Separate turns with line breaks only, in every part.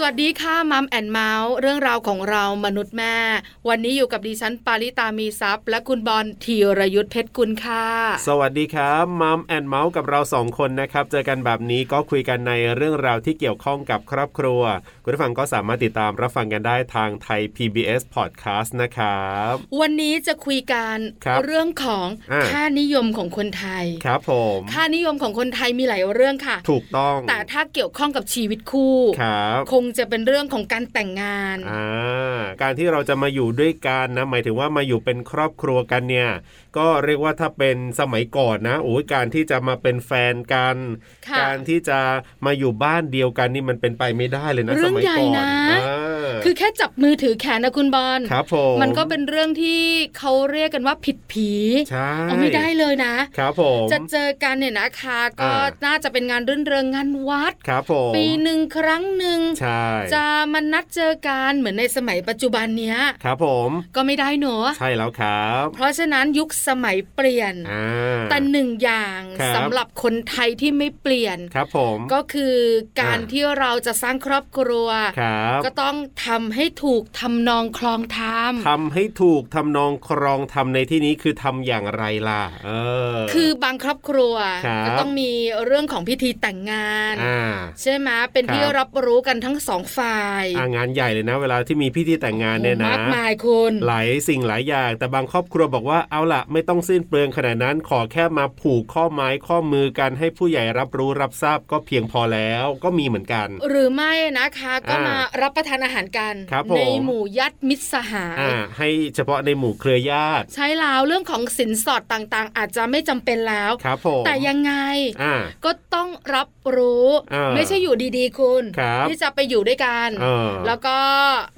สวัสดีค่ะมัมแอนเมาส์เรื่องราวของเรามนุษย์แม่ วันนี้อยู่กับดิฉันปาริตามีซัพย์ และคุณบอลธีรยุทธเพชรกุลค่ะ
สวัสดีครับมัมแอนเมาส์กับเราสองคนนะครับ เจอกันแบบนี้ก็คุยกันในเรื่องราวที่เกี่ยวข้องกับครอบครัว คุณผู้ฟังก็สามารถติดตามรับฟังกันได้ทางไทย PBS Podcast นะครับ
วันนี้จะคุยกัน
ครับ
เรื่องของ
อ่า
ค่านิยมของคนไทย
ครับผม
ค่านิยมของคนไทยมีหลายเรื่องค่ะ
ถูกต้อง
แต่ถ้าเกี่ยวข้องกับชีวิตคู่
ครับ
คงจะเป็นเรื่องของการแต่งงาน
อ่าการที่เราจะมาอยู่ด้วยกันนะ หมายถึงว่ามาอยู่เป็นครอบครัวกันเนี่ย ก็เรียกว่าถ้าเป็นสมัยก่อนนะโอ้ยการที่จะมาเป็นแฟนกัน
ค่ะ
การที่จะมาอยู่บ้านเดียวกันนี่มันเป็นไปไม่ได้เลยนะ
เรื่
ส
อง
มัย
ใหญ่
ก่อน
นะ
อ่า
คือแค่จับมือถือแขนนะคุณบอล
ครับผม
มันก็เป็นเรื่องที่เขาเรียกกันว่าผิดผี
ใช่
เอาไม่ได้เลยนะ
ครับผม
จะเจอกันเนี่ยนะคะก็
อ่า
น่าจะเป็นงานรื่นเริงงานวัด
ครับผม
ปีหนึ่งครั้งหนึ่ง
ใช่
จะมานัดเจอกันเหมือนในสมัยปัจจุบันเนี้ย
ครับผม
ก็ไม่ได้เนอะ
ใช่แล้วครับ
เพราะฉะนั้นยุคสมัยเปลี่ยน
อ่า
แต่หนึ่งอย่าง
ครับ
สำหรับคนไทยที่ไม่เปลี่ยน
ครับผม
ก็คือการ
อ่า
ที่เราจะสร้างครอบครัว
ครับ
ก็ต้องทำให้ถูกทำนองคลองธรรม
ทำให้ถูกทำนองครองทำในที่นี้คือทำอย่างไรล่ะ เออ
คือบางครอบครัว
ครับ
ก็ต้องมีเรื่องของพิธีแต่งงาน
อ่า
ใช่ไหมเป็นที่
ครับ
รับรู้กันทั้งสองฝ่าย
อ่างานใหญ่เลยนะ เวลาที่มีพิธีแต่งงานเนี่ยนะ
มากมายคุณ
หลายสิ่งหลายอย่าง แต่บางครอบครัวบอกว่าเอาล่ะ ไม่ต้องสิ้นเปลืองขนาดนั้นขอแค่มาผูกข้อไม้ข้อมือกันให้ผู้ใหญ่รับรู้รับทราบก็เพียงพอแล้วก็มีเหมือนกัน
หรือไม่นะคะก็มารับประทานอาหารกัน
ครับผม
ในหมู่ญาติมิตรสหาย
อ่าให้เฉพาะในหมู่เครือญาติ
ใช่แล้วเรื่องของสินสอดต่างๆ อาจจะไม่จำเป็นแล้ว
ครับผม
แต่ยังไง
อ่า
ก็ต้องรับรู้
อ่า
ไม่ใช่อยู่ดีๆคุณ
ครับ
ที่จะไปอยู่ด้วยกัน
เออ
แล้วก็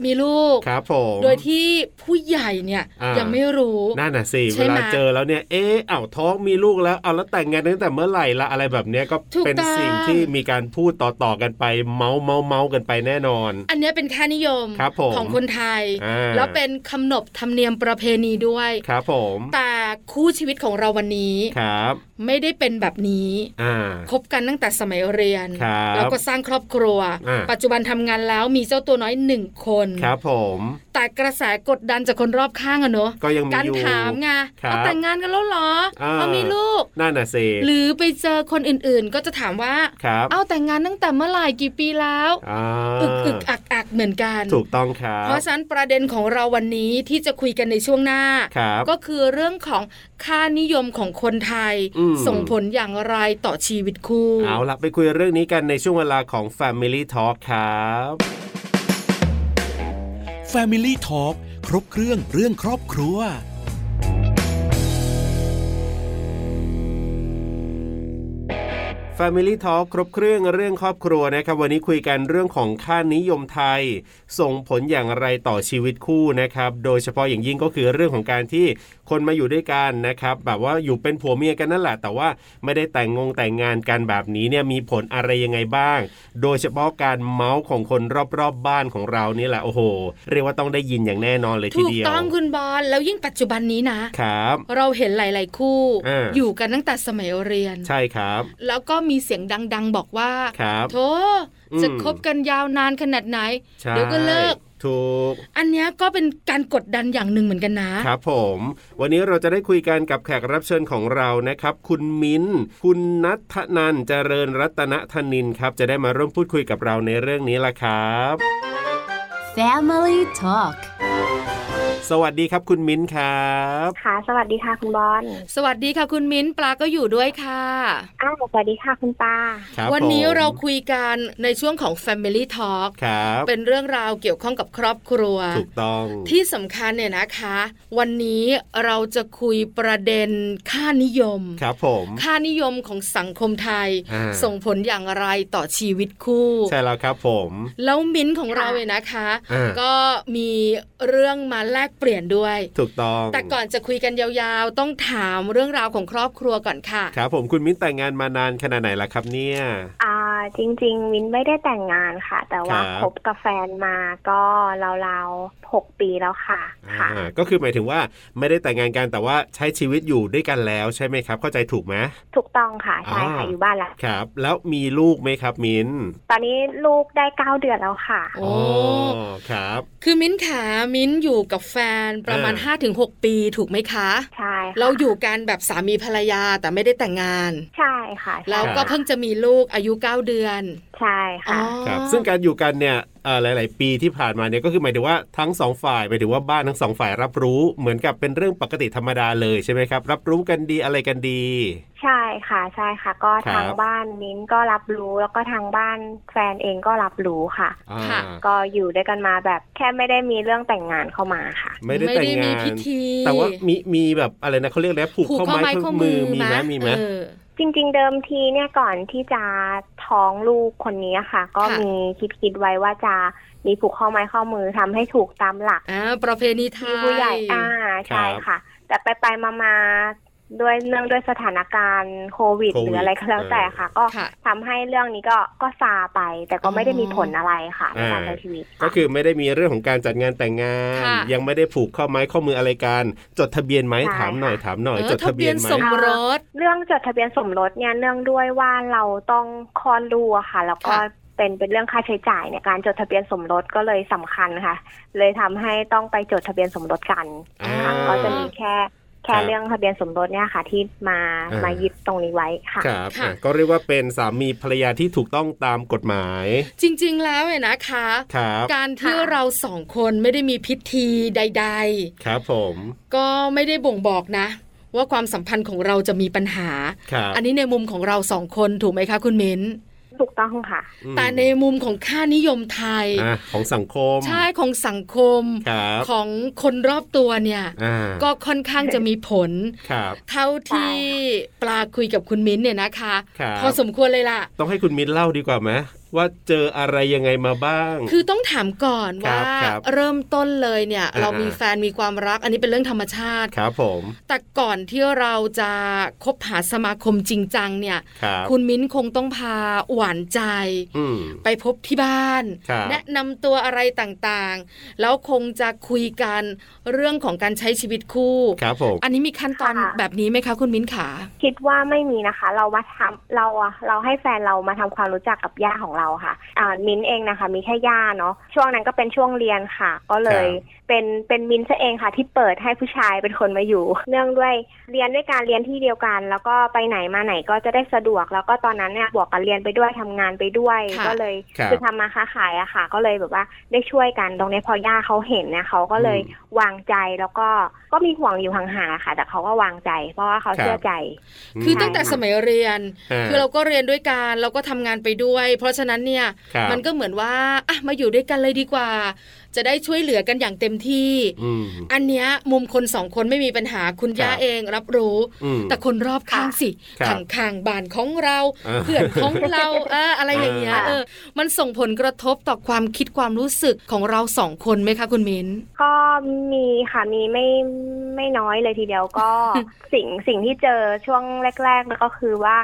มีลูก
ครับผม
โดยที่ผู้ใหญ่เนี่ย
อ่ายั
ยังไม่รู้
นั่นน่ะสิ
ใช่
เว
ไหม
ลาเจอแล้วเนี่ยเอ๊ะอ้าวท้องมีลูกแล้วเอาแล้วแต่งงานตั้งแต่เมื่อไหร่ละอะไรแบบเนี้ยก็เป็นสิ่งที่มีการพูดต่อๆกันไปเมาส์เมาส์เมาส์กันไปแน่นอน
อันเนี้ยเป็นค่านิยม
ครับผม
ของคนไทย
อ่า
แล้วเป็นคำนบธรรมเนียมประเพณีด้วย
ครับผม
แต่คู่ชีวิตของเราวันนี้
ครับ
ไม่ได้เป็นแบบนี้
อ่า
คบกันตั้งแต่สมัยเรียน
ครับ
แล้วก็สร้างครอบครัว
อ่า
ปัจจุบันทำงานแล้วมีเจ้าตัวน้อยหนึ่งคน
ครับผม
แต่กระแสกดดันจากคนรอบข้างอะเนอะ
ก็ยังมี
การ
อยู่
ถามไง
ครับ
เอาแต่งงานกันแล้วเหรอ
อ่า
เอามีลูก
นั่นน่ะสิ
หรือไปเจอคนอื่นๆ ก็จะถามว่า
ครับ
เอาแต่งงานตั้งแต่เมื่อไหร่กี่ปีแล้ว
อ่า
อึกอึกอักอักเหมือนกัน
ถูกต้องครับ
เพราะฉะนั้นประเด็นของเราวันนี้ที่จะคุยกันในช่วงหน้า
ครับ
ก็คือเรื่องของค่านิยมของคนไทย
อืม
ส่งผลอย่างไรต่อชีวิตคู่
เอาล่ะไปคุยเรื่องนี้กันในช่วงเวลาของ Family Talk ครับ
Family Talk ครบเครื่องเรื่องครอบครัว
Family Talk ครบเครื่องเรื่องครอบครัวนะครับ วันนี้คุยกันเรื่องของค่านิยมไทย ส่งผลอย่างไรต่อชีวิตคู่นะครับ โดยเฉพาะอย่างยิ่งก็คือเรื่องของการที่คนมาอยู่ด้วยกันนะครับ แบบว่าอยู่เป็นผัวเมียกันนั่นแหละ แต่ว่าไม่ได้แต่งงงแต่งงานกันแบบนี้เนี่ยมีผลอะไรยังไงบ้าง โดยเฉพาะการเมาส์ของคนรอบๆบบ้านของเรานี่แหละโอ้โห เรียกว่าต้องได้ยินอย่างแน่นอนเลยที
ถูก
เดียว
ต้องคุณบอลแล้วยิ่งปัจจุบันนี้นะ
ครับ
เราเห็นหลาย ๆ คู่
เออ
อ
อ
ยู่กันตั้งแต่สมัยเรียน
ใช่ครับ
แล้วก็มีเสียงดัง ๆ บอกว่า
ครับ
โธ่จะ
อืม
คบกันยาวนานขนาดไหน
ใช่
เดี๋ยวก็เลิก
ถูก
อันเนี้ยก็เป็นการกดดันอย่างหนึ่งเหมือนกันนะ
ครับผม วันนี้เราจะได้คุยกันกับแขกรับเชิญของเรานะครับ คุณมิ้น คุณนัทนันเจริญรัตนธนินครับ จะได้มาร่วมพูดคุยกับเราในเรื่องนี้ละครับ
Family Talk
สวัสดีครับคุณมิ้นครับ
ค่ะ สวัสดีค่ะคุณบอล
สวัสดีค่ะคุณมิ้นปลาก็อยู่ด้วยค่ะ
อ้าวสวัสดีค่ะคุณปา
ครับ
วันนี้
ผม
เราคุยกันในช่วงของ Family Talk
ครับ
เป็นเรื่องราวเกี่ยวข้องกับครอบครัว
ถูกต้อง
ที่สำคัญเนี่ยนะคะ วันนี้เราจะคุยประเด็นค่านิยม
ครับผม
ค่านิยมของสังคมไทย
อ่า
ส่งผลอย่างไรต่อชีวิตคู่
ใช่แล้วครับผม
แล้วมิ้นท์ของ
ค่ะ
เราเนี่ยนะคะ
อ่า
ก็มีเรื่องมาแลกเปลี่ยนด้วย
ถูกต้อง
แต่ก่อนจะคุยกันยาวๆ ต้องถามเรื่องราวของครอบครัวก่อนค่ะ
ครับผมคุณมิ้นแต่งงานมานานขนาดไหนละครับเนี่ย
อ่า อจริง ๆ วินไม่ได้แต่งงานค่ะ แต่
ค
ว่า
รับ
คบกับแฟนมาก็ราวๆหกปีแล้วค่ะค่ะ
อ่าก็คือหมายถึงว่าไม่ได้แต่งงานกันแต่ว่าใช้ชีวิตอยู่ด้วยกันแล้วใช่ไหมครับ เข้าใจถูกไหม
ถูกต้องค่ะใช่
อ่า
ค่ะอยู่บ้านแล้ว
ครับ แล้วมีลูกไหมครับมิ้น
ตอนนี้ลูกได้เก้าเดือนแล้วค่ะ
โอ้
ครับ
คือมิ้นท์ขามิ้นท์อยู่กับแฟนประมาณ
อ่า
5-6 ปีถูกไหมคะ
ใช่ค่ะ
เราอยู่กันแบบสามีภรรยาแต่ไม่ได้แต่งงาน
ใช่ค่ะใช่
แล้วก็เพิ่งจะมีลูกอายุ 9 เดือน
ใช่
อ๋อ
ค
ค่ะ
รับ ซึ่งการอยู่กันเนี่ยเอ่อหลาย ๆ ปีที่ผ่านมาเนี่ยก็คือหมายถึงว่าทั้งสองฝ่ายหมายถึงว่าบ้านทั้งสองฝ่ายรับรู้เหมือนกับเป็นเรื่องปกติธรรมดาเลยใช่ไหมครับ รับรู้กันดีอะไรกันดี
ใช่ค่ะใช่ค่ะ ก็
ครับ
ทางบ้านมิ้นก็รับรู้แล้วก็ทางบ้านแฟนเองก็รับรู้ค่ะ
อ่า
ค่ะ
ก็อยู่ด้วยกันมาแบบแค่ไม่ได้มีเรื่องแต่งงานเข้ามาค่ะ
ไม่ได้แต่ง
มี
งา
พิ
น
ธี
แต่ว่ามีมีแบบอะไรนะเขาเรียกอะไรนะผูก
ผูก
ข้อ
ข้อ
ไม้
ไม้ข้
ข้
อ
อ
มื
มื
อ
อมีไหมมีไหม
เออ
จริงๆเดิมทีเนี่ยก่อนที่จะท้องลูกคนนี้ค่ะ ก็
ค่ะ
มีคิดคิดๆไว้ว่าจะมีผูกข้อไม้ข้อมือทำให้ถูกตามหลัก
อ่าประเพณีไท
ที่
ย
ผู้ใหญ่อ่าใช่ค่ะ แต่ไปไปๆมาๆด้วยเนื่องด้วยสถานการณ์โควิด
โควิด
หรืออะไรก็แล้ว
เออ
แต่ค่ะ ก็
ค่ะ
ทำให้เรื่องนี้ก็ก็ซาไป แต่ก็ไม่ได้มีผลอะไรค่ะในการใช้ชีวิตะ
ก็คือไม่ได้มีเรื่องของการจัดงานแต่งงาน
ค่ะ
ยังไม่ได้ผูกข้อไม้ข้อมืออะไรกัน จดทะเบียนไหม
ใช่
ถามหน่อยถามหน่อย
เออ
จดทะเบียนไหม
สมรส
เรื่องจดทะเบียนสมรสเนี่ยเนื่องด้วยว่าเราต้องคลอดลูกอะค่ะ แล้วก็
ค่ะ
เป็นเป็นเรื่องค่าใช้จ่ายในการจดทะเบียนสมรสก็เลยสำคัญค่ะ เลยทำให้ต้องไปจดทะเบียนสมรสกันค่ะ
อ่า
ก็จะมีแค่แค่
ครับ
เรื่องทะเบียนสมรสเนี่ยค่ะ ที่มา
อ่าม
มายึดตรงนี้ไว้ค่ะ
ครับ
ค่ะ
อ่ะก็เรียกว่าเป็นสามีภรรยาที่ถูกต้องตามกฎหมาย
จริง ๆ แล้วเนี่ยนะคะ
ครับ
การที่
ค่ะ
เราสองคนไม่ได้มีพิธีใด
ครับผม
ๆ ก็ไม่ได้บ่งบอกนะ ว่าความสัมพันธ์ของเราจะมีปัญหา
ครับ
อันนี้ในมุมของเราสองคนถูกไหมคะคุณมิ้น
ถูกต้องค่ะ
อืม
แต่ในมุมของค่านิยมไทย
อ่ะของสังคม
ใช่ของสังคม
ครับ
ของคนรอบตัวเนี่ย
อ่า
ก็ค่อนข้างจะมีผล
ครับ
เท่าที่ปลาคุยกับคุณมิ้นท์เนี่ยนะคะ
ครับ
พอสมควรเลยล่ะ
ต้องให้คุณมิ้นเล่าดีกว่าไหมว่าเจออะไรยังไงมาบ้าง
คือต้องถามก่อน
ครั
ว่า
บครับ
เริ่มต้นเลยเนี่ย
อ่า
เรามีแฟนมีความรัก อันนี้เป็นเรื่องธรรมชาติ
ครับผม
แต่ก่อนที่เราจะคบหาสมาคมจริงจังเนี่ย
ครับ
คุณมิ้นท์คงต้องพาหวานใจ
อืม
ไปพบที่บ้าน
ครับ
แนะนำตัวอะไรต่างๆ แล้วคงจะคุยกันเรื่องของการใช้ชีวิตคู่
ครับผม
อันนี้มีขั้นตอน
ค่ะ
แบบนี้ไหมคะคุณมิ้นขา
คิดว่าไม่มีนะคะ เรามาทำเราอะเราให้แฟนเรามาทำความรู้จักกับย่าของเราค่ะอ่ามินเองนะคะ มีแค่ย่าเนาะช่วงนั้นก็เป็นช่วงเรียนค่ะ ก็เลยเป็นเป็นมินซะเองค่ะ ที่เปิดให้ผู้ชายเป็นคนมาอยู่ เนื่องด้วยเรียนด้วยการเรียนที่เดียวกัน แล้วก็ไปไหนมาไหนก็จะได้สะดวก แล้วก็ตอนนั้นเนี่ยบวกกับเรียนไปด้วยทำงานไปด้วย
ค่ะ
ก็เลย
ครับ
อทำมาค้าขายอะค่ะ ก็เลยแบบว่าได้ช่วยกันตรงนี้พอย่าเขาเห็นนะเขาก็เลย
อืม
วางใจแล้วก็ก็มีห่วงอยู่ห่างๆอะค่ะ แต่เขาก็วางใจ เพราะว่าเขา
ครับ
เชื่อใจ
คือตั้งแต่สมัยเรียน
ม
คือเราก็เรียนด้วยกันเราก็ทำงานไปด้วย เพราะฉะนั้นเนี่ย
ครับ
มันก็เหมือนว่าอ่ะมาอยู่ด้วยกันเลยดีกว่า จะได้ช่วยเหลือกันอย่างเต็มที่
อืม
อันเนี้ยมุมคนสองคนไม่มีปัญหาคุณย่า
ครับ
เองรับรู้
อืม
แต่คนรอบข้างสิ
ครับ
ข้างข้างบ้านของเรา
เออ
เพื่อนของเรา เอออะไรอย่างเงี้ย
เออ
เออ มันส่งผลกระทบต่อความคิดความรู้สึกของเราสองคนไหมคะคุณมิ้น
ก็มีค่ะมีไม่ไม่น้อยเลยทีเดียวก็ สิ่งสิ่งที่เจอช่วงแรกๆแล้วก็คือว่า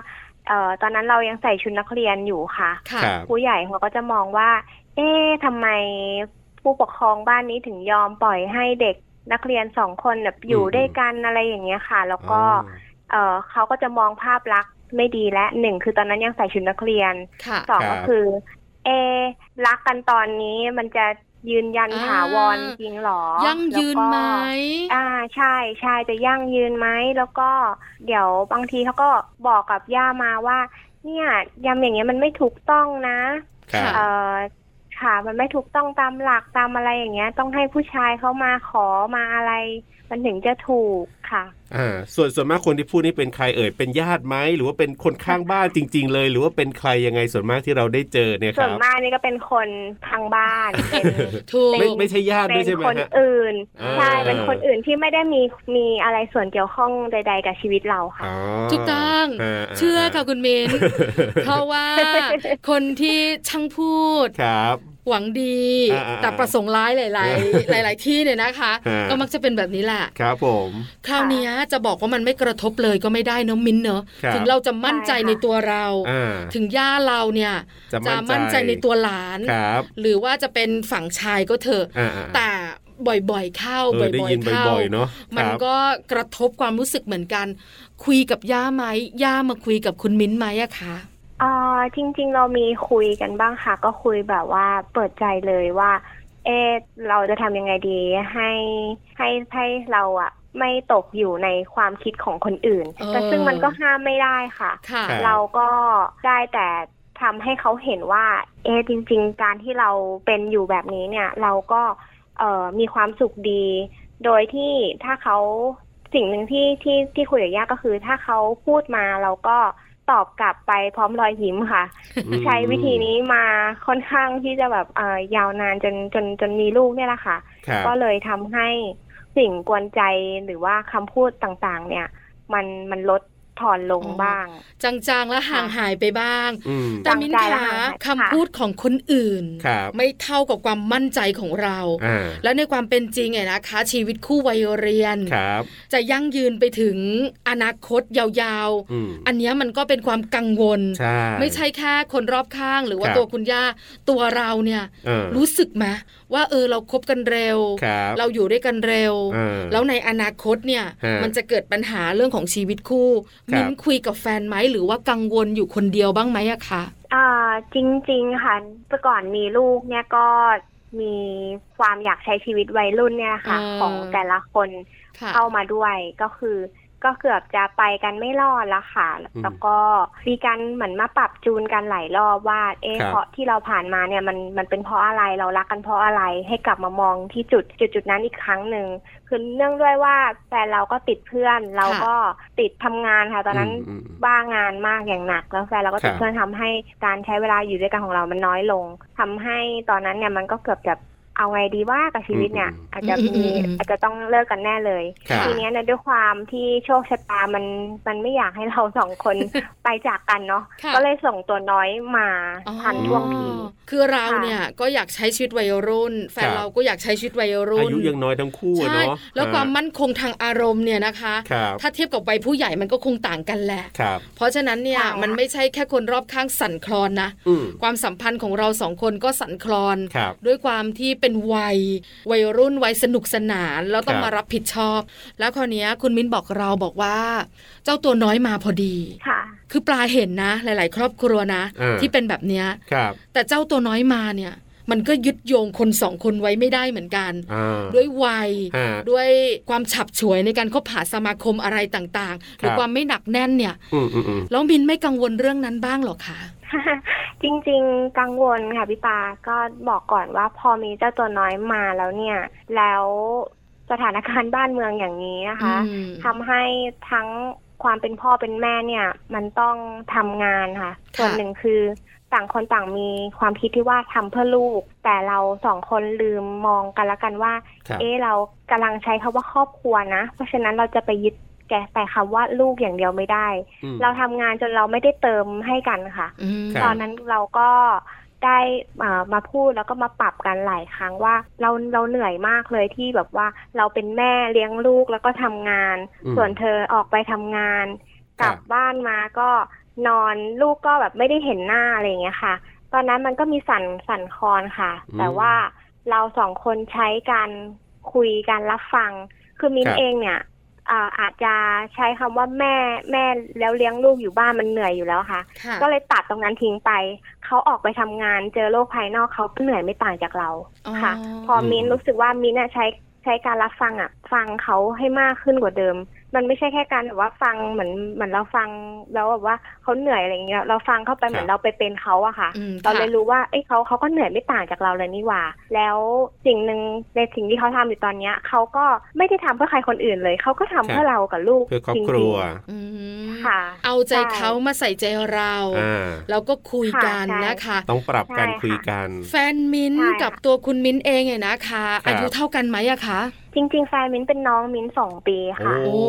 เอ่อตอนนั้นเรายังใส่ชุดนักเรียนอยู่ค่ะ
ค่ะ
ครับ
ผู้ใหญ่เขาก็จะมองว่า เอ๊ะทำไมผู้ปกครองบ้านนี้ถึงยอมปล่อยให้เด็กนักเรียนสองคนแบบอยู่
อืม
ด้วยกันอะไรอย่างเงี้ยค่ะ แล้วก็
อ๋อ
เอ่อเขาก็จะมองภาพลักษณ์ไม่ดีและหนึ่งคือตอนนั้นยังใส่ชุดนักเรียน
ค่ะ
สอง
ครั
ก็
บ
คือ เอะรักกันตอนนี้มันจะยืนยัน
อ่า
ถาวรจริงหรอ
ยั่งยืน
แล้วก็
ไหม
อ่าใช่ใช่จะยั่งยืนไหมแล้วก็เดี๋ยวบางทีเขาก็บอกกับย่ามาว่า เนี่ยยำอย่างเงี้ยมันไม่ถูกต้องนะครับ
ค่ะ
เออค่ะ มันไม่ถูกต้องตามหลักตามอะไรอย่างเงี้ย ต้องให้ผู้ชายเขามาขอมาอะไร มันถึงจะถูกค่ะ
อ่าส่วนส่วนมากคนที่พูดนี่เป็นใครเอ่ยเป็นญาติไหมหรือว่าเป็นคนข้างบ้านจริง ๆ เลย หรือว่าเป็นใครยังไงส่วนมากที่เราได้เจอเนี่ยค
ส่ว
รั
น
บ
มากนี่ก็เป็นคนทางบ้านเป็น
ถูก
ไม่ไม่ใช่ญาติด้
เป็
วย
น
ใช่ไหม
คน
ฮะ
อื่น
อ่า
ใช่เป็นคนอื่นที่ไม่ได้มีมีอะไรส่วนเกี่ยวข้องใด ๆ กับชีวิตเราค่ะ
อ๋อ
ถูกต้อง
าา
เชื่อค่ะคุณมิน
อ่า
เพราะว่าคนที่ช่างพูด
ครับ
หวังดี
อ่าๆ
แต่ประสงค์ร้ายหลาย ๆ หลาย ๆ ที่เนี่ยนะคะ
ฮะ
ก็มักจะเป็นแบบนี้แหละ
ครับผม
คราวเนี้ยจะบอกว่ามันไม่กระทบเลยก็ไม่ได้เนอะมินเนอะ
ครับ
ถึงเราจะมั่นใจ
ใช่ค่ะ
ในตัวเรา
อ่า
ถึงย่าเราเนี่ย
จะมั่น
มั่น
ใจ
ใจในตัวหลาน
ครับ
หรือว่าจะเป็นฝั่งชายก็เถอะ
อ่าๆ
แต่บ่อยๆเข้า
เออได้
บ่อย
ยิน
ๆเข้า
บ่อยๆเนาะ
มัน
ครับ
ก็กระทบความรู้สึกเหมือนกัน คุยกับย่าไหมย่ามาคุยกับคุณมิ้นท์ไหมอะคะ
เอ่อจริง ๆ เรามีคุยกันบ้างค่ะ ก็คุยแบบว่าเปิดใจเลยว่า เอะเราจะทำยังไงดีให้ให้ให้เราอะไม่ตกอยู่ในความคิดของคนอื่น
เออ
แต่ซึ่งมันก็ห้ามไม่ได้ค่ะ
ค่ะ
ะ
เราก็ได้แต่ทำให้เขาเห็นว่า เอะจริง ๆ การที่เราเป็นอยู่แบบนี้เนี่ย เราก็เอ่อมีความสุขดี โดยที่ถ้าเขาสิ่งหนึ่งที่ที่ที่คุยกับย่าก็คือ ถ้าเขาพูดมาเราก็ตอบกลับไปพร้อมรอยยิ้มค่ะ
อืม
ใช้วิธีนี้มาค่อนข้างที่จะแบบเอ่อยาวนานจนจนจนมีลูกเนี่ยแหละค่ะ
ครับ
ก็เลยทำให้สิ่งกวนใจหรือว่าคำพูดต่างๆ เนี่ย มันมันลดถอนลง
อ๋อ
บ้าง
จังๆและห่างหายไปบ้าง
อืม
แต่มิ้นท์
จางๆและ
คะ
ห่างหายไป
คำพูดของคนอื่น
ครับ
ไม่เท่ากับความมั่นใจของเรา
อ่า
แล้วในความเป็นจริงเนี่ยนะคะ ชีวิตคู่วัยเรียน
ครับ
จะยั่งยืนไปถึงอนาคตยาว
อืม
ๆ อันเนี้ยมันก็เป็นความกังวล
ใช่
ไม่ใช่แค่คนรอบข้าง หรือว่า
ครับ
ตัวคุณย่าตัวเราเนี่ย
เออ
รู้สึกไหมว่าเออเราคบกันเร็ว
ครับ
เราอยู่ด้วยกันเร็ว
เออ
แล้วในอนาคตเนี่ย
ฮะ
มันจะเกิดปัญหาเรื่องของชีวิตคู่
ครับ
มิ้นคุยกับแฟนไหมหรือว่ากังวลอยู่คนเดียวบ้างไหมอะคะ
อ่าจริง ๆ ค่ะแต่ก่อนมีลูกเนี่ยก็มีความอยากใช้ชีวิตวัยรุ่นเนี่ยค่ะ ของแต่ละคน
ค่ะ
เข้ามาด้วยก็คือ ก็เกือบจะไปกันไม่รอดละค่ะ
อืม
แล้วก็มีการเหมือนมาปรับจูนกันหลายรอบว่า เอะ
ครับ
เพราะที่เราผ่านมาเนี่ยมันมันเป็นเพราะอะไรเรารักกันเพราะอะไรให้กลับมามองที่จุดจุดจุดนั้นอีกครั้งหนึ่งคือเนื่องด้วยว่าแฟนเราก็ติดเพื่อน เรา
ค่ะ
ก็ติดทำงานค่ะตอนนั้น
อืมอืม
บ้างานมากอย่างหนัก แล้วแฟนเราก็ติ
ครั
ด
บ
เพื่อนทำให้การใช้เวลาอยู่ด้วยกันของเรามันน้อยลงทำให้ตอนนั้นเนี่ยมันก็เกือบจะเอาไงดีว่ากับชีวิตเนี่ย อาจจะมี
อืมอืม
อาจจะต้องเลิกกันแน่เลย
ครับ
ทีเนี้ยเนี่ยด้วยความที่โชคชะตามันมันไม่อยากให้เราสองคน ไปจากกันเนาะ
ค่ะ
ก็เลยส่งตัวน้อยมาทัน
อ๋อ
ท่วงที
คือเรา
ค่ะ
เนี่ยก็อยากใช้ชีวิตวัยรุ่น แฟน
ครับ
เราก็อยากใช้ชีวิตวัยรุ่น
อายุยังน้อยทั้งคู่อะ
ใช่
เนาะ
แล้วความ
อ่
มั่นคงทางอารมณ์เนี่ยนะคะ
ครับ
ถ้าเทียบกับวัยผู้ใหญ่มันก็คงต่างกันแหละ
ครับ
เพราะฉะนั้นเนี่ย
ใช่ค่ะ
มันไม่ใช่แค่คนรอบข้างสั่นคลอนนะ
อืม
ความสัมพันธ์ของเราสองคนก็สั่นคลอน
ครับ
ด้วยความที่เป็นวัย วัยรุ่นวัยสนุกสนาน แล้วต้อง
ครับ
มารับผิดชอบ แล้วคราวเนี้ยคุณมิ้นบอกเราบอกว่า เจ้าตัวน้อยมาพอดี
ค่ะ
คือปลาเห็นนะ หลาย ๆ ครอบครัวนะ
เออ
ที่เป็นแบบเนี้ย
ครับ
แต่เจ้าตัวน้อยมาเนี่ย มันก็ยึดโยงคนสองคนไว้ไม่ได้เหมือนกัน
อ่า
ด้วยวัย
ฮะ
ด้วยความฉับฉวยในการคบหาสมาคมอะไรต่างๆหรือ
ครับ
ความไม่หนักแน่นเนี่ย
อืมอืมอืม
แล้วมินไม่กังวลเรื่องนั้นบ้างหรอคะ
จริงๆ กังวลค่ะพี่ปา ก็บอกก่อนว่าพอมีเจ้าตัวน้อยมาแล้วเนี่ย แล้วสถานการณ์บ้านเมืองอย่างนี้นะคะ
อืม
ทำให้ทั้งความเป็นพ่อเป็นแม่เนี่ย มันต้องทำงานค่ะ
ค่ะ
ส่วนหนึ่งคือต่างคนต่างมีความคิดที่ว่าทำเพื่อลูก แต่เราสองคนลืมมองกันละกันว่า
ครับ
เอ๊ะเรากำลังใช้คาว่าครอบครัวนะ เพราะฉะนั้นเราจะไปยึดแกแต่คำว่าลูกอย่างเดียวไม่ได้
อืม
เราทำงานจนเราไม่ได้เติมให้กันค่ะ
อืม
ครั
ต
บ
อนนั้นเราก็ได้อ่ามาพูดแล้วก็มาปรับกันหลายครั้งว่าเราเราเหนื่อยมากเลยที่แบบว่าเราเป็นแม่เลี้ยงลูกแล้วก็ทำงาน
อืม
ส่วนเธอออกไปทำงาน กลับบ้านมาก็นอนลูกก็แบบไม่ได้เห็นหน้าอะไรอย่างเงี้ยค่ะ ตอนนั้นมันก็มีสั่นสั่นคลอนค่ะ
อืม
แต่ว่าเราสองคนใช้การคุยการรับฟัง คือมิน
ครับ
เองเนี่ยอ่าอาจจะใช้คำว่าแม่แม่แล้วเลี้ยงลูกอยู่บ้านมันเหนื่อยอยู่แล้วค่ะ
ค่ะ
ก็เลยตัดตรงนั้นทิ้งไป เขาออกไปทำงาน เจอโลกภายนอกเขาก็เหนื่อยไม่ต่างจากเรา
อ๋อ
ค่ะ พอ
ม
มินรู้สึกว่ามินอะใช้ใช้การรับฟังอ่ะ ฟังเขาให้มากขึ้นกว่าเดิม มันไม่ใช่แค่การแบบว่าฟังเหมือนเหมือนเราฟังแล้วแบบว่าเขาเหนื่อยอะไรอย่างเงี้ยเราฟังเข้าไปเหมือนเราไปเป็นเขาอะค่ะ
อืม
เรา
ค่ะ
เลยรู้ว่าเอ้ยเขาเขาก็เหนื่อยไม่ต่างจากเราเลยนี่หว่า แล้วสิ่งหนึ่งในสิ่งที่เขาทำอยู่ตอนเนี้ยเขาก็ไม่ได้ทำเพื่อใครคนอื่นเลยเขาก็ทำเพื่อเรากับลูก
เพื่อครอบ
จริง
ค
ๆ
รัว
อืม
ค่ะ
เอาใจเขามาใส่ใจเรา
อ่า
แล้วก็คุยกัน
ค่ะใช่
นะคะ
ต้องปรับการ
ใช่ค่ะ
คุยกัน
แฟนมิ้น
ใช่
ท์
ค่ะ
กับตัวคุณมิ้นท์เองเนี่ยนะคะ อายุเท่ากันไหมอะคะ
จ จริง ๆ แฟนมิ้นเป็นน้องมิ้นสองปีค่ะ
โอ้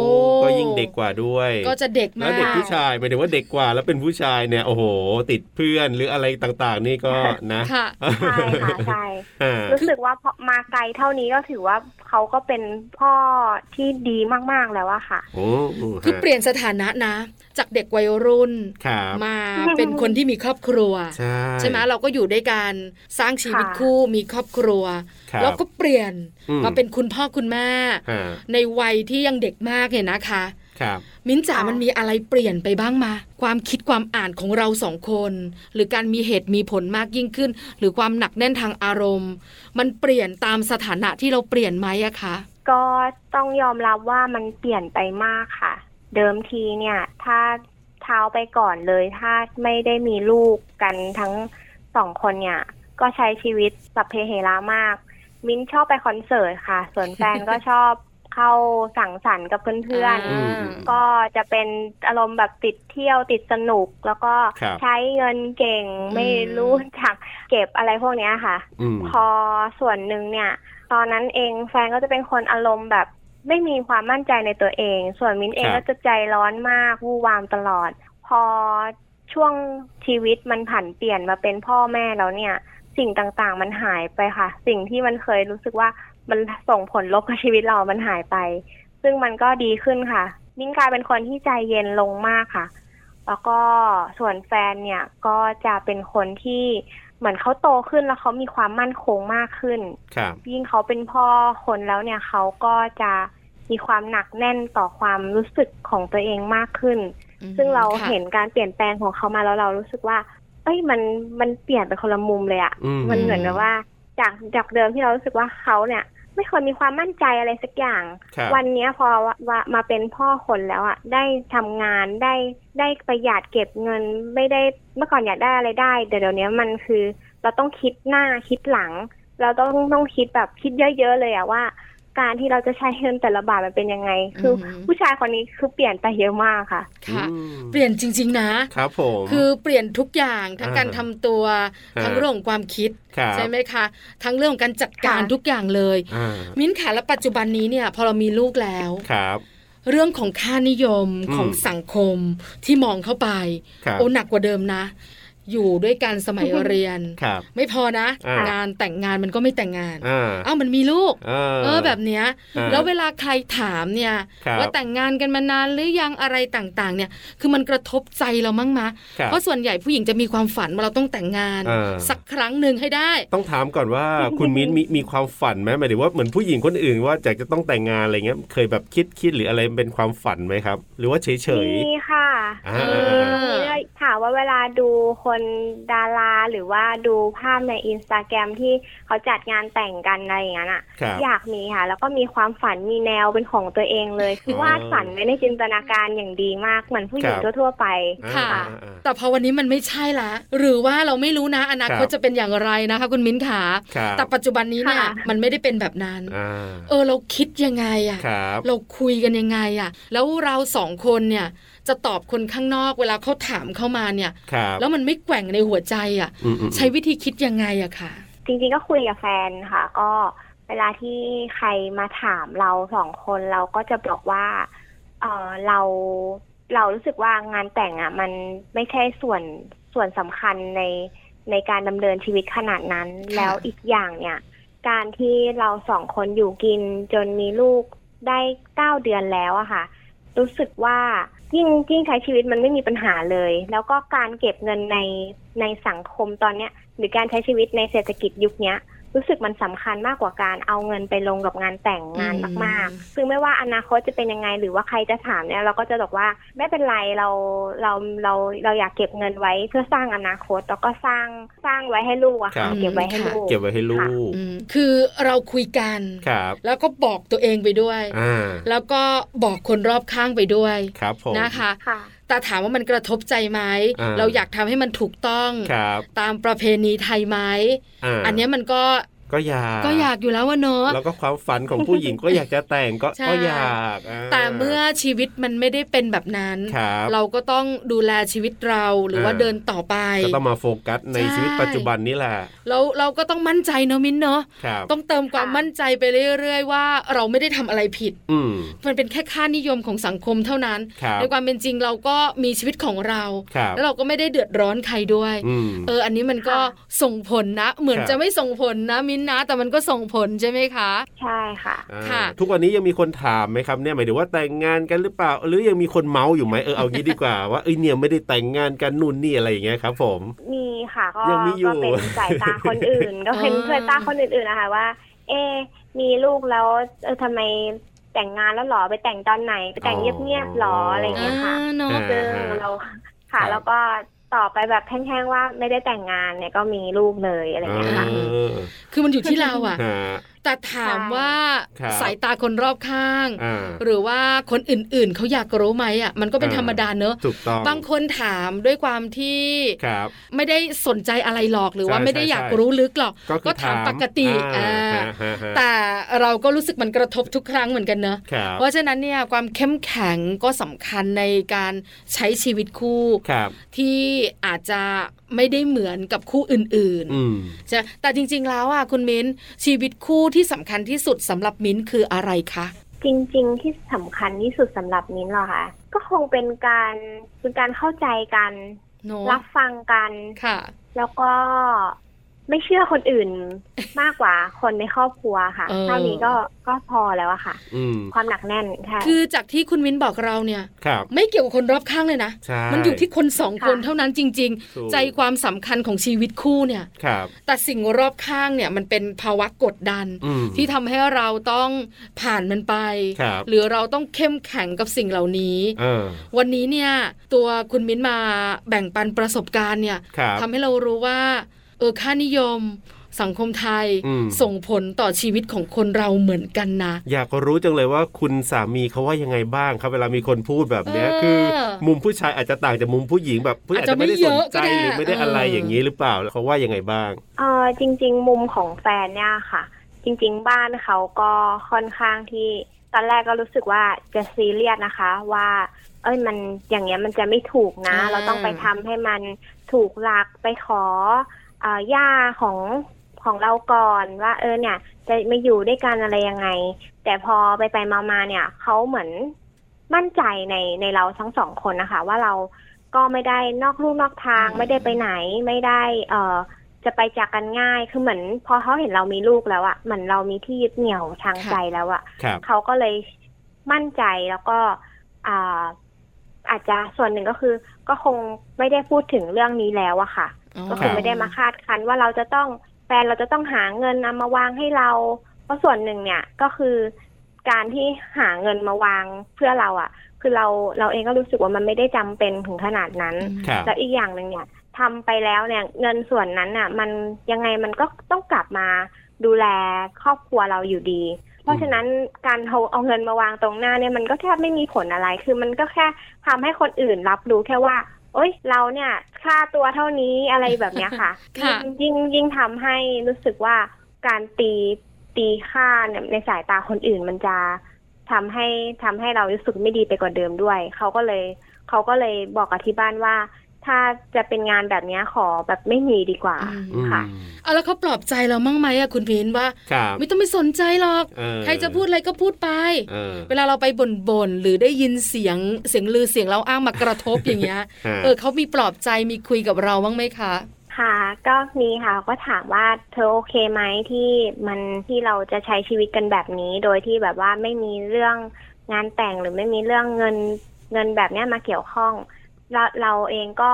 ก็ยิ่งเด็กกว่าด้วย
ก็จะเด็ก
แล้
มาว
เด็ก
ก
ผู้ชายหมายถึงว่าเด็กกว่าแล้วเป็นผู้ชายเนี่ยโอ้โห ติดเพื่อนหรืออะไรต่างๆ นี่ก็นะ
ค่ะ
ใช่ค่ะใช่
อ่า
รู้สึกว่าพอมาไกลเท่านี้ก็ถือว่าเขาก็เป็นพ่อที่ดีมากๆแล้วอะค่ะ
โอ้โห
คือเปลี่ยนสถานะนะ จากเด็กวัยรุ่น
ครับ
มาเป็นคนที่มีครอบครัว
ใช่
ใช่ไหมเราก็อยู่ด้วยกันสร้างชีวิต
ค่ะ
คู่มีครอบครัว
ครับ
แล้วก็เปลี่ยน
อืม
มาเป็นคุณพ่อคุณแม่
อ่า
ในวัยที่ยังเด็กมากเนี่ยนะคะ
ครับ
มิ้นจ๋า
ค่ะ
มันมีอะไรเปลี่ยนไปบ้างมา ความคิดความอ่านของเราสองคน หรือการมีเหตุมีผลมากยิ่งขึ้น หรือความหนักแน่นทางอารมณ์ มันเปลี่ยนตามสถานะที่เราเปลี่ยนไหมอะคะ
ก็ต้องยอมรับว่ามันเปลี่ยนไปมากค่ะ เดิมทีเนี่ย ถ้าเท้าไปก่อนเลย ถ้าไม่ได้มีลูกกันทั้งสองคนเนี่ย ก็ใช้ชีวิตสัพเพเหระมาก มิ้นชอบไปคอนเสิร์ตค่ะ ส่วนแฟนก็ ชอบเข้าสังสรรค์กับเพื่อน
อ่า
อืม
ๆก็จะเป็นอารมณ์แบบติดเที่ยวติดสนุก แล้วก็
ครับ
ใช้เงินเก่งไม่รู้จักเก็บอะไรพวกเนี้ยค่ะ
อืม
พอส่วนหนึ่งเนี่ย ตอนนั้นเองแฟนก็จะเป็นคนอารมณ์แบบ ไม่มีความมั่นใจในตัวเอง ส่วนมิ้นเองก็จะใจร้อนมากวู่วามตลอด พอช่วงชีวิตมันผันเปลี่ยนมาเป็นพ่อแม่แล้วเนี่ย สิ่งต่างๆ มันหายไปค่ะ สิ่งที่มันเคยรู้สึกว่ามันส่งผลลบกับชีวิตเรามันหายไป ซึ่งมันก็ดีขึ้นค่ะ มิ้นกลายเป็นคนที่ใจเย็นลงมากค่ะ แล้วก็ส่วนแฟนเนี่ยก็จะเป็นคนที่เหมือนเขาโตขึ้นแล้วเขามีความมั่นคงมากขึ้น
ครับ
ยิ่งเขาเป็นพ่อคนแล้วเนี่ยเขาก็จะมีความหนักแน่นต่อความรู้สึกของตัวเองมากขึ้น ซึ่งเราเห็นการเปลี่ยนแปลงของเขามาแล้วเรารู้สึกว่า เอ้ยมันมันเปลี่ยนไปคนละมุมเลยอะ
อืม
มันเหมือนแบบว่า จากจากเดิมที่เรารู้สึกว่าเขาเนี่ย ไม่เคยมีความมั่นใจอะไรสักอย่าง
ครับ
วันเนี้ยพอว่าว่ามาเป็นพ่อคนแล้วอะ่ะ ได้ทำงานได้ได้ประหยัดเก็บเงิน ไม่ได้เมื่อก่อนอยากได้อะไรได้แต่เดี๋ยวเนี้ยมันคือ เราต้องคิดหน้าคิดหลัง เราต้องต้องคิดแบบคิดเยอะๆเลยอะว่า การที่เราจะใช้เงินแต่ละบาทมันเป็นยังไง คืออ
ม
ผู้ชายคนนี้คือเปลี่ยนไปเยอะมากค่ะ
ค่ะ
อืม
เปลี่ยนจริง ๆ นะ
ครับผม
คือเปลี่ยนทุกอย่างทั้งการ
อ่า
ทำตัว
ฮะ
ทั้งเรื่องของความคิด
ครับ
ใช่ไหมคะ ทั้งเรื่องของการจัดการ
ค่ะ
ทุกอย่างเลย
อ่า
มิ้นท์ค่ะและปัจจุบันนี้เนี่ย พอเรามีลูกแล้ว
ครับ
เรื่องของค่านิยม
อืม
ของสังคมที่มองเข้าไป
ครับ
โอ้หนักกว่าเดิมนะ อยู่ด้วยกันสมัยเรียน
ครับ
ไม่พอนะ
อ่าง
งานแต่งงานมันก็ไม่แต่งงาน
อ่า
เอ้ามันมีลูก
เออ
เออแบบเนี้ย
อ่า
แล้วเวลาใครถามเนี่ย
ครับ
ว่าแต่งงานกันมานานหรือยังอะไรต่างๆ เนี่ย คือมันกระทบใจเรามั้งมะ
ครับ
เพราะส่วนใหญ่ผู้หญิงจะมีความฝันว่าเราต้องแต่งงาน
เออ
สักครั้งหนึ่งให้ได้
ต้องถามก่อนว่า คุณมิ้นมีมีความฝันไหมหมายถึงว่าเหมือนผู้หญิงคนอื่นว่าอยากจะต้องแต่งงานอะไรเงี้ยเคยแบบคิดคิดหรืออะไรเป็นความฝันไหมครับ หรือว่าเฉยเฉย
มีค่ะ
อ่า
มีมีถามว่าเวลาดูคนดาราหรือว่าดูภาพในอินสตาแกรมที่เขาจัดงานแต่งกันอะไรอย่างนั้นอะ
ๆครับ
อยากมีค่ะ แล้วก็มีความฝันมีแนวเป็นของตัวเองเลย คือ
อ
วาดฝันไว้ในจินตนาการอย่างดีมากเหมือนผู้หญิงทั่วๆไป
ค่ะ
อ่าอ่า
แต่พอวันนี้มันไม่ใช่ละ หรือว่าเราไม่รู้นะอนาคต
ครับ
จะเป็นอย่างไรนะคะ คุณมิ้นขา
ครับ
แต่ปัจจุบันนี้เนี่ย
ค่ะ
มันไม่ได้เป็นแบบนั้น
อ่า
เออเราคิดยังไงอะ
ครับ
เราคุยกันยังไงอะแล้วเราสองคนเนี่ยจะตอบคนข้างนอกเวลาเขาถามเข้ามาเนี่ย
ครับ
แล้วมันไม่แกว่งในหัวใจอะ
อืมๆ
ใช้วิธีคิดยังไงอะค่ะ
จริงๆก็คุยกับแฟนค่ะ ก็เวลาที่ใครมาถามเราสองคนเราก็จะบอกว่าเออเราเรารู้สึกว่างานแต่งอ่ะ มันไม่ใช่ส่วนส่วนสำคัญในในการดำเนินชีวิตขนาดนั้น
ค่ะ
แล้วอีกอย่างเนี่ย การที่เราสองคนอยู่กินจนมีลูกได้เก้าเดือนแล้วอะค่ะ รู้สึกว่ายิ่งยิ่งใช้ชีวิตมันไม่มีปัญหาเลย แล้วก็การเก็บเงินในในสังคมตอนเนี้ย หรือการใช้ชีวิตในเศรษฐกิจยุคเนี้ย รู้สึกมันสำคัญมากกว่าการเอาเงินไปลงกับงานแต่งงาน
อืม
มากๆ ซึ่งไม่ว่าอนาคตจะเป็นยังไงหรือว่าใครจะถามเนี่ยเราก็จะบอกว่าไม่เป็นไรเราเราเราเราอยากเก็บเงินไว้เพื่อสร้างอนาคตแล้วก็สร้างสร้างไว้ให้ลูกอะ
ครั
ค่ะ
บ
เก็บไว้ให้ลูก
เก็บไว้ให้ลูก
อืมคือเราคุยกัน
ครับ
แล้วก็บอกตัวเองไปด้วย
อ่า
แล้วก็บอกคนรอบข้างไปด้วย
ครับผม
นะคะ
ค่ะ
แต่ถามว่ามันกระทบใจไหม
อ่า
เราอยากทำให้มันถูกต้อง
ครับ
ตามประเพณีไทยไหม
า
อันเนี้ยมันก็
ก็อยาก
ก็อยากอยู่แล้วว่าเนอะ
แล้วก็ความฝันของผู้หญิงก็อยากจะแต่งก็
ใช่
ก็อยากา
แต่เมื่อชีวิตมันไม่ได้เป็นแบบนั้น
ครับ
เราก็ต้องดูแลชีวิตเราหรือว่า
อ่า
เดินต่อไป
ก็ต้องมาโฟกัสใน
ใช่
ชีวิตปัจจุบันนี่แหละ
เราเราก็ต้องมั่นใจเนอะมิ้นเนอะ
ครับ
ต้องเติมความมั่นใจไปเรื่อยๆว่าเราไม่ได้ทำอะไรผิด
อืม
มันเป็นแค่ค่านิยมของสังคมเท่านั้น
ครับ
ในความเป็นจริงเราก็มีชีวิตของเรา
ครับ
แล้วเราก็ไม่ได้เดือดร้อนใครด้วย
อืม
เออ อันนี้มันก็
ค่ะ
ส่งผลนะ เหมือน
ครับ
จะไม่ส่งผลนะมิ้นนะ แต่มันก็ส่งผลใช่ไหมคะ
ใช่ค่ะ
อ่า
ค่ะ
ทุกวันนี้ยังมีคนถามไหมครับเนี่ยหมายถึงว่าแต่งงานกันหรือเปล่า หรือยังมีคนเมาส์อยู่ไหมเออเอางี้ดีกว่าว่าเอ้ยเนี่ยไม่ได้แต่งงานกันนู่นนี่อะไรอย่างเงี้ยครับผม
มีค่ะก็
ยังมีอยู่
ก็เป็นสายตาคนอื่น ก็เป็น
อ่า
สายตาคนอื่นๆนะคะว่า เอ๊ะมีลูกแล้วเออทำไมแต่งงานแล้วหรอไปแต่งตอนไหน ไปแต่งเงียบๆหรออะไรอย่าง
เอ
เงี้ยค่ะ
อเนาะ
ซึ่งเราค่ะ แล้วก็ต่อไปแบบแห้งๆว่าไม่ได้แต่งงานเนี่ยก็มีลูกเลยอะไรอย่างเงี้ยค่ะ
อ่า
เออ
คือมันอยู่ที่เราอะ
ฮะ
แต่ถามว่า
ครับ
สายตาคนรอบข้าง
อ่า
หรือว่าคนอื่นๆ เขาอยากรู้ไหมอะมันก็เป็น
อ่า
ธรรมดาเนอะ
ถูกต้อง
บางคนถามด้วยความที่
ครับ
ไม่ได้สนใจอะไรหรอกหรือว่า
ใช่
ไม่ได้
ใช่
อยาก
ใช่
รู้ลึกหรอก
ก็คือ
ถามปกติ
อ่า
อ่า
ฮะฮะ
แต่เราก็รู้สึกมันกระทบทุกครั้งเหมือนกันเนอะ
ครับ
เพราะฉะนั้นเนี่ยความเข้มแข็งก็สำคัญในการใช้ชีวิตคู่
ครับ
ที่อาจจะไม่ได้เหมือนกับคู่อื่น
อืม
ๆจะแต่จริงๆแล้วอ่ะคุณมิ้นชีวิตคู่ที่สำคัญที่สุดสำหรับมิ้นคืออะไรคะ
จริงๆที่สำคัญที่สุดสำหรับมิ้นท์เหรอคะก็คงเป็นการเป็นการเข้าใจกัน
โน
รับฟังกัน
ค่ะ
แล้วก็ไม่เชื่อคนอื่นมากกว่าคนในครอบครัวค่ะ
เออ
เท่านี้ก็ก็พอแล้วอะค่ะ
อืม
ความหนักแน่นใช่
คือจากที่คุณมิ้นบอกเราเนี่ย
ครับ
ไม่เกี่ยวกับคนรอบข้างเลยนะ
ใช่
มันอยู่ที่คนสองคนเท่านั้นจริง
ถูก
ๆ ใจความสำคัญของชีวิตคู่เนี่ย
ครับ
แต่สิ่งรอบข้างเนี่ยมันเป็นภาวะกดดัน
อืม
ที่ทำให้เราต้องผ่านมันไป
ครับ
หรือเราต้องเข้มแข็งกับสิ่งเหล่านี้
เออ
วันนี้เนี่ยตัวคุณมิ้นมาแบ่งปันประสบการณ์เนี่ย
ครับ
ทำให้เรารู้ว่าเออค่านิยม สังคมไทย
อืม
ส่งผลต่อชีวิตของคนเราเหมือนกันนะ
อยากรู้จังเลยว่าคุณสามีเขาว่ายังไงบ้างครับเวลามีคนพูดแบบเนี้ย
เออ
คือมุมผู้ชายอาจจะต่างจากมุมผู้หญิงแบบผู้หญิงอาจจะไม่ได้สนใจ
อาจจะไม่เยอะก็ได้
หรือไม่ได้อะไร
เออ
อ
อ
ย่างนี้หรือเปล่าแล้วเขาว่ายังไงบ้าง
เออจริง ๆ มุมของแฟนเนี่ยค่ะ จริง ๆ บ้านเขาก็ค่อนข้างที่ตอนแรกก็รู้สึกว่าจะซีเรียสนะคะ ว่า เอ้ยมันอย่างเงี้ยมันจะไม่ถูกนะ
อ่า
เราต้องไปทำให้มันถูกหลักไปขอเอ่อย่าของของเราก่อนว่า เออเนี่ย จะมาอยู่ด้วยกันอะไรยังไง แต่พอไปไปมามาเนี่ยเขาเหมือนมั่นใจในในเราทั้งสองคนนะคะ ว่าเราก็ไม่ได้นอกลู่นอกทาง ไม่ได้ไปไหนไม่ได้ เอ่อจะไปจากกันง่ายคือเหมือน พอเขาเห็นเรามีลูกแล้วอะเหมือนเรามีที่ยึดเหนี่ยวทาง
ค่ะ
ใจแล้วอะ
ครับ
เขาก็เลยมั่นใจแล้วก็อ่าอาจจะส่วนหนึ่งก็คือ ก็คงไม่ได้พูดถึงเรื่องนี้แล้วอะค่ะ ก็คือไม่ได้มาคาดคันว่าเราจะต้องแฟนเราจะต้องหาเงินนามาวางให้เรา เพราะส่วนหนึ่งเนี่ยก็คือการที่หาเงินมาวางเพื่อเราอะ่ะ คือเราเราเองก็รู้สึกว่ามันไม่ได้จำเป็นถึงขนาดนั้น
อืม
ครับ
แล้วอีกอย่างหนึ่งเนี่ยทำไปแล้วเนี่ยเงินส่วนนั้นน่ะ มันยังไงมันก็ต้องกลับมาดูแลครอบครัวเราอยู่ดี เพราะฉะนั้นการเอาเอาเงินมาวางตรงหน้าเนี่ยมันก็แทบไม่มีผลอะไร คือมันก็แค่ทำให้คนอื่นรับรู้แค่ว่า เอ้ย เราเนี่ยค่าตัวเท่านี้อะไรแบบเนี้ยค่ะ
ค่ะ
ยิ่งยิ่งยิ่งทำให้รู้สึกว่าการตีตีค่าเนี่ยในสายตาคนอื่นมันจะทำให้ทำให้เรารู้สึกไม่ดีไปกว่าเดิมด้วย เขาก็เลยเขาก็เลยบอกกับที่บ้านว่า ถ้าจะเป็นงานแบบเนี้ยขอแบบไม่มีดีกว่า
อืม
อืม
ค่ะ
เอาแล้วเขาปลอบใจเรามั่งไหมอะคุณมิ้นว่า
ครับ
ไม่ต้องไปสนใจหรอก
เออ
ใครจะพูดอะไรก็พูดไป
เออ
เวลาเราไปบ่นๆ หรือได้ยินเสียงเสียงลือเสียงเราอ้างมากระทบ อย่างเงี้ย
ฮะ
เออเขามีปลอบใจมีคุยกับเราบ้างไหมคะ
ค่ะ ก็มีค่ะก็ถามว่าเธอโอเคไหมที่มันที่เราจะใช้ชีวิตกันแบบนี้ โดยที่แบบว่าไม่มีเรื่องงานแต่งหรือไม่มีเรื่องเงินเงินแบบเนี้ยมาเกี่ยวข้อง เราเราเองก็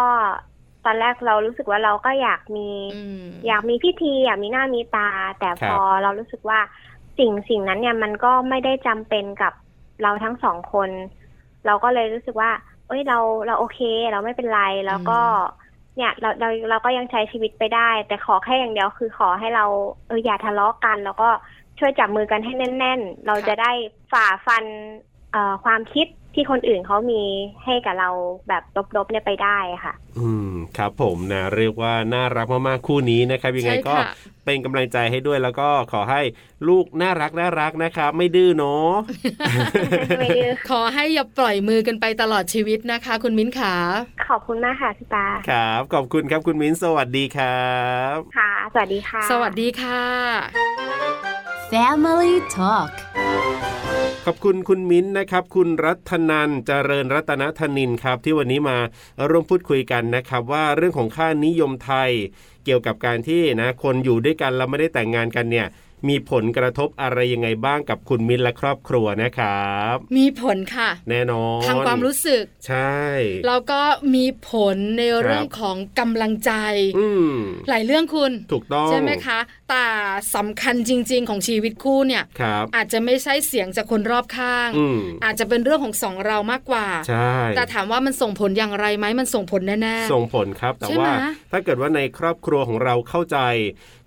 ตอนแรกเรารู้สึกว่าเราก็อยากมี
อืม
อยากมีพิธีอยากมีหน้ามีตา แต่พอเรารู้สึกว่าสิ่งสิ่งนั้นเนี่ยมันก็ไม่ได้จำเป็นกับเราทั้งสองคน เราก็เลยรู้สึกว่า เอ้ยเราเราโอเค เราไม่เป็นไรแล้วก็ เนี่ยเราเราเราก็ยังใช้ชีวิตไปได้ แต่ขอแค่อย่างเดียวคือขอให้เราเอออย่าทะเลาะกัน แล้วก็ช่วยจับมือกันให้แน่น ๆ เรา
ค่ะ
จะได้ฝ่าฟันเอ่อความคิด ที่คนอื่นเขามีให้กับเราแบบลบๆเนี่ยไปได้ค่ะ
อืมครับผมนะเรียกว่าน่ารักมากๆคู่นี้นะครับยังไง
ใช่
ก็
ค่ะ
เป็นกำลังใจให้ด้วยแล้วก็ขอให้ลูกน่ารักน่ารักนะครับ ไม่ดื้อเนาะ
ไม่ดื้อ
ขอให้อย่าปล่อยมือกันไปตลอดชีวิตนะคะ คุณมิ้นขา
ขอบคุณมากค่ะพี่ตา
ครับขอบคุณครับคุณมิ้นสวัสดีครับ
ค่ะ สวัสดีค่ะ
สวัสดีค่ะ
Family Talk
ขอบคุณคุณมิ้นนะครับ คุณรัตนันเจริญรัตนธนินครับ ที่วันนี้มาร่วมพูดคุยกันนะครับ ว่าเรื่องของค่านิยมไทย เกี่ยวกับการที่นะ คนอยู่ด้วยกันแล้วไม่ได้แต่งงานกันเนี่ย มีผลกระทบอะไรยังไงบ้างกับคุณมิ้นและครอบครัวนะครับ
มีผลค่ะ
แน่นอน
ทางความรู้สึก
ใช่
แล้วก็มีผลในเรื่อง
ครับ
ของกำลังใจ
อืม
หลายเรื่องคุณ
ถูกต้อง
ใช่ไหมคะ แต่สำคัญจริง ๆ ของชีวิตคู่เนี่ย
ครับ
อาจจะไม่ใช่เสียงจากคนรอบข้าง
อืม
อาจจะเป็นเรื่องของสองเรามากกว่า
ใช่
แต่ถามว่ามันส่งผลอย่างไรไหมมันส่งผลแน่
ส่งผลครับ แต่
ใช่ไหม
ว่าถ้าเกิดว่าในครอบครัวของเราเข้าใจ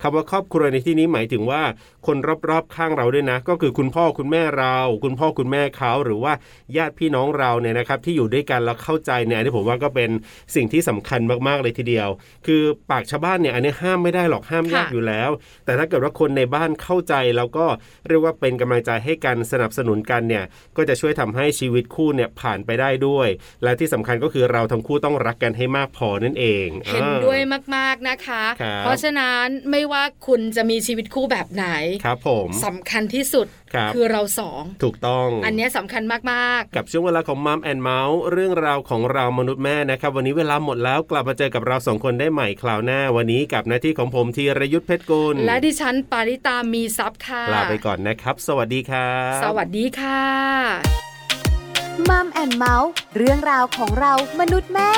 คำว่าครอบครัวในที่นี้หมายถึงว่าคนรอบๆข้างเราด้วยนะ ก็คือคุณพ่อคุณแม่เรา คุณพ่อคุณแม่เขาหรือว่าญาติพี่น้องเราเนี่ยนะครับ ที่อยู่ด้วยกันแล้วเข้าใจเนี่ยอันนี้ผมว่าก็เป็นสิ่งที่สำคัญมากๆเลยทีเดียว คือปากชาวบ้านเนี่ยอันนี้ห้ามไม่ได้หรอกห้ามยาก
ค่ะ
อยู่แล้ว แต่ถ้าเกิดว่าคนในบ้านเข้าใจแล้วก็เรียกว่าเป็นกำลังใจให้กันสนับสนุนกันเนี่ย ก็จะช่วยทำให้ชีวิตคู่เนี่ยผ่านไปได้ด้วย และที่สำคัญก็คือเราทั้งคู่ต้องรักกันให้มากพอนั่นเอง
ๆ เห็น
อ่า
ด้วยมากๆนะคะ
ครับ
เพราะฉะนั้นไม่ว่าคุณจะมีชีวิตคู่แบบไหน
ครับผม
สำคัญที่สุด
ครับ
คือเราสอง
ถูกต้อง
อันเนี้ยสำคัญมากๆ
กับช่วงเวลาของมัมแอนเมาส์เรื่องราวของเรามนุษย์แม่นะครับ วันนี้เวลาหมดแล้วกลับมาเจอกับเราสองคนได้ใหม่คราวหน้า วันนี้กับหน้าที่ของผมธีรยุทธเพชรกุล
และดิฉันปาริตามีซับค่ะ
ลาไปก่อนนะครับ สวัสดีครับ
สวัสดีค่ะ
มัมแอนเมาส์เรื่องราวของเรามนุษย์แม่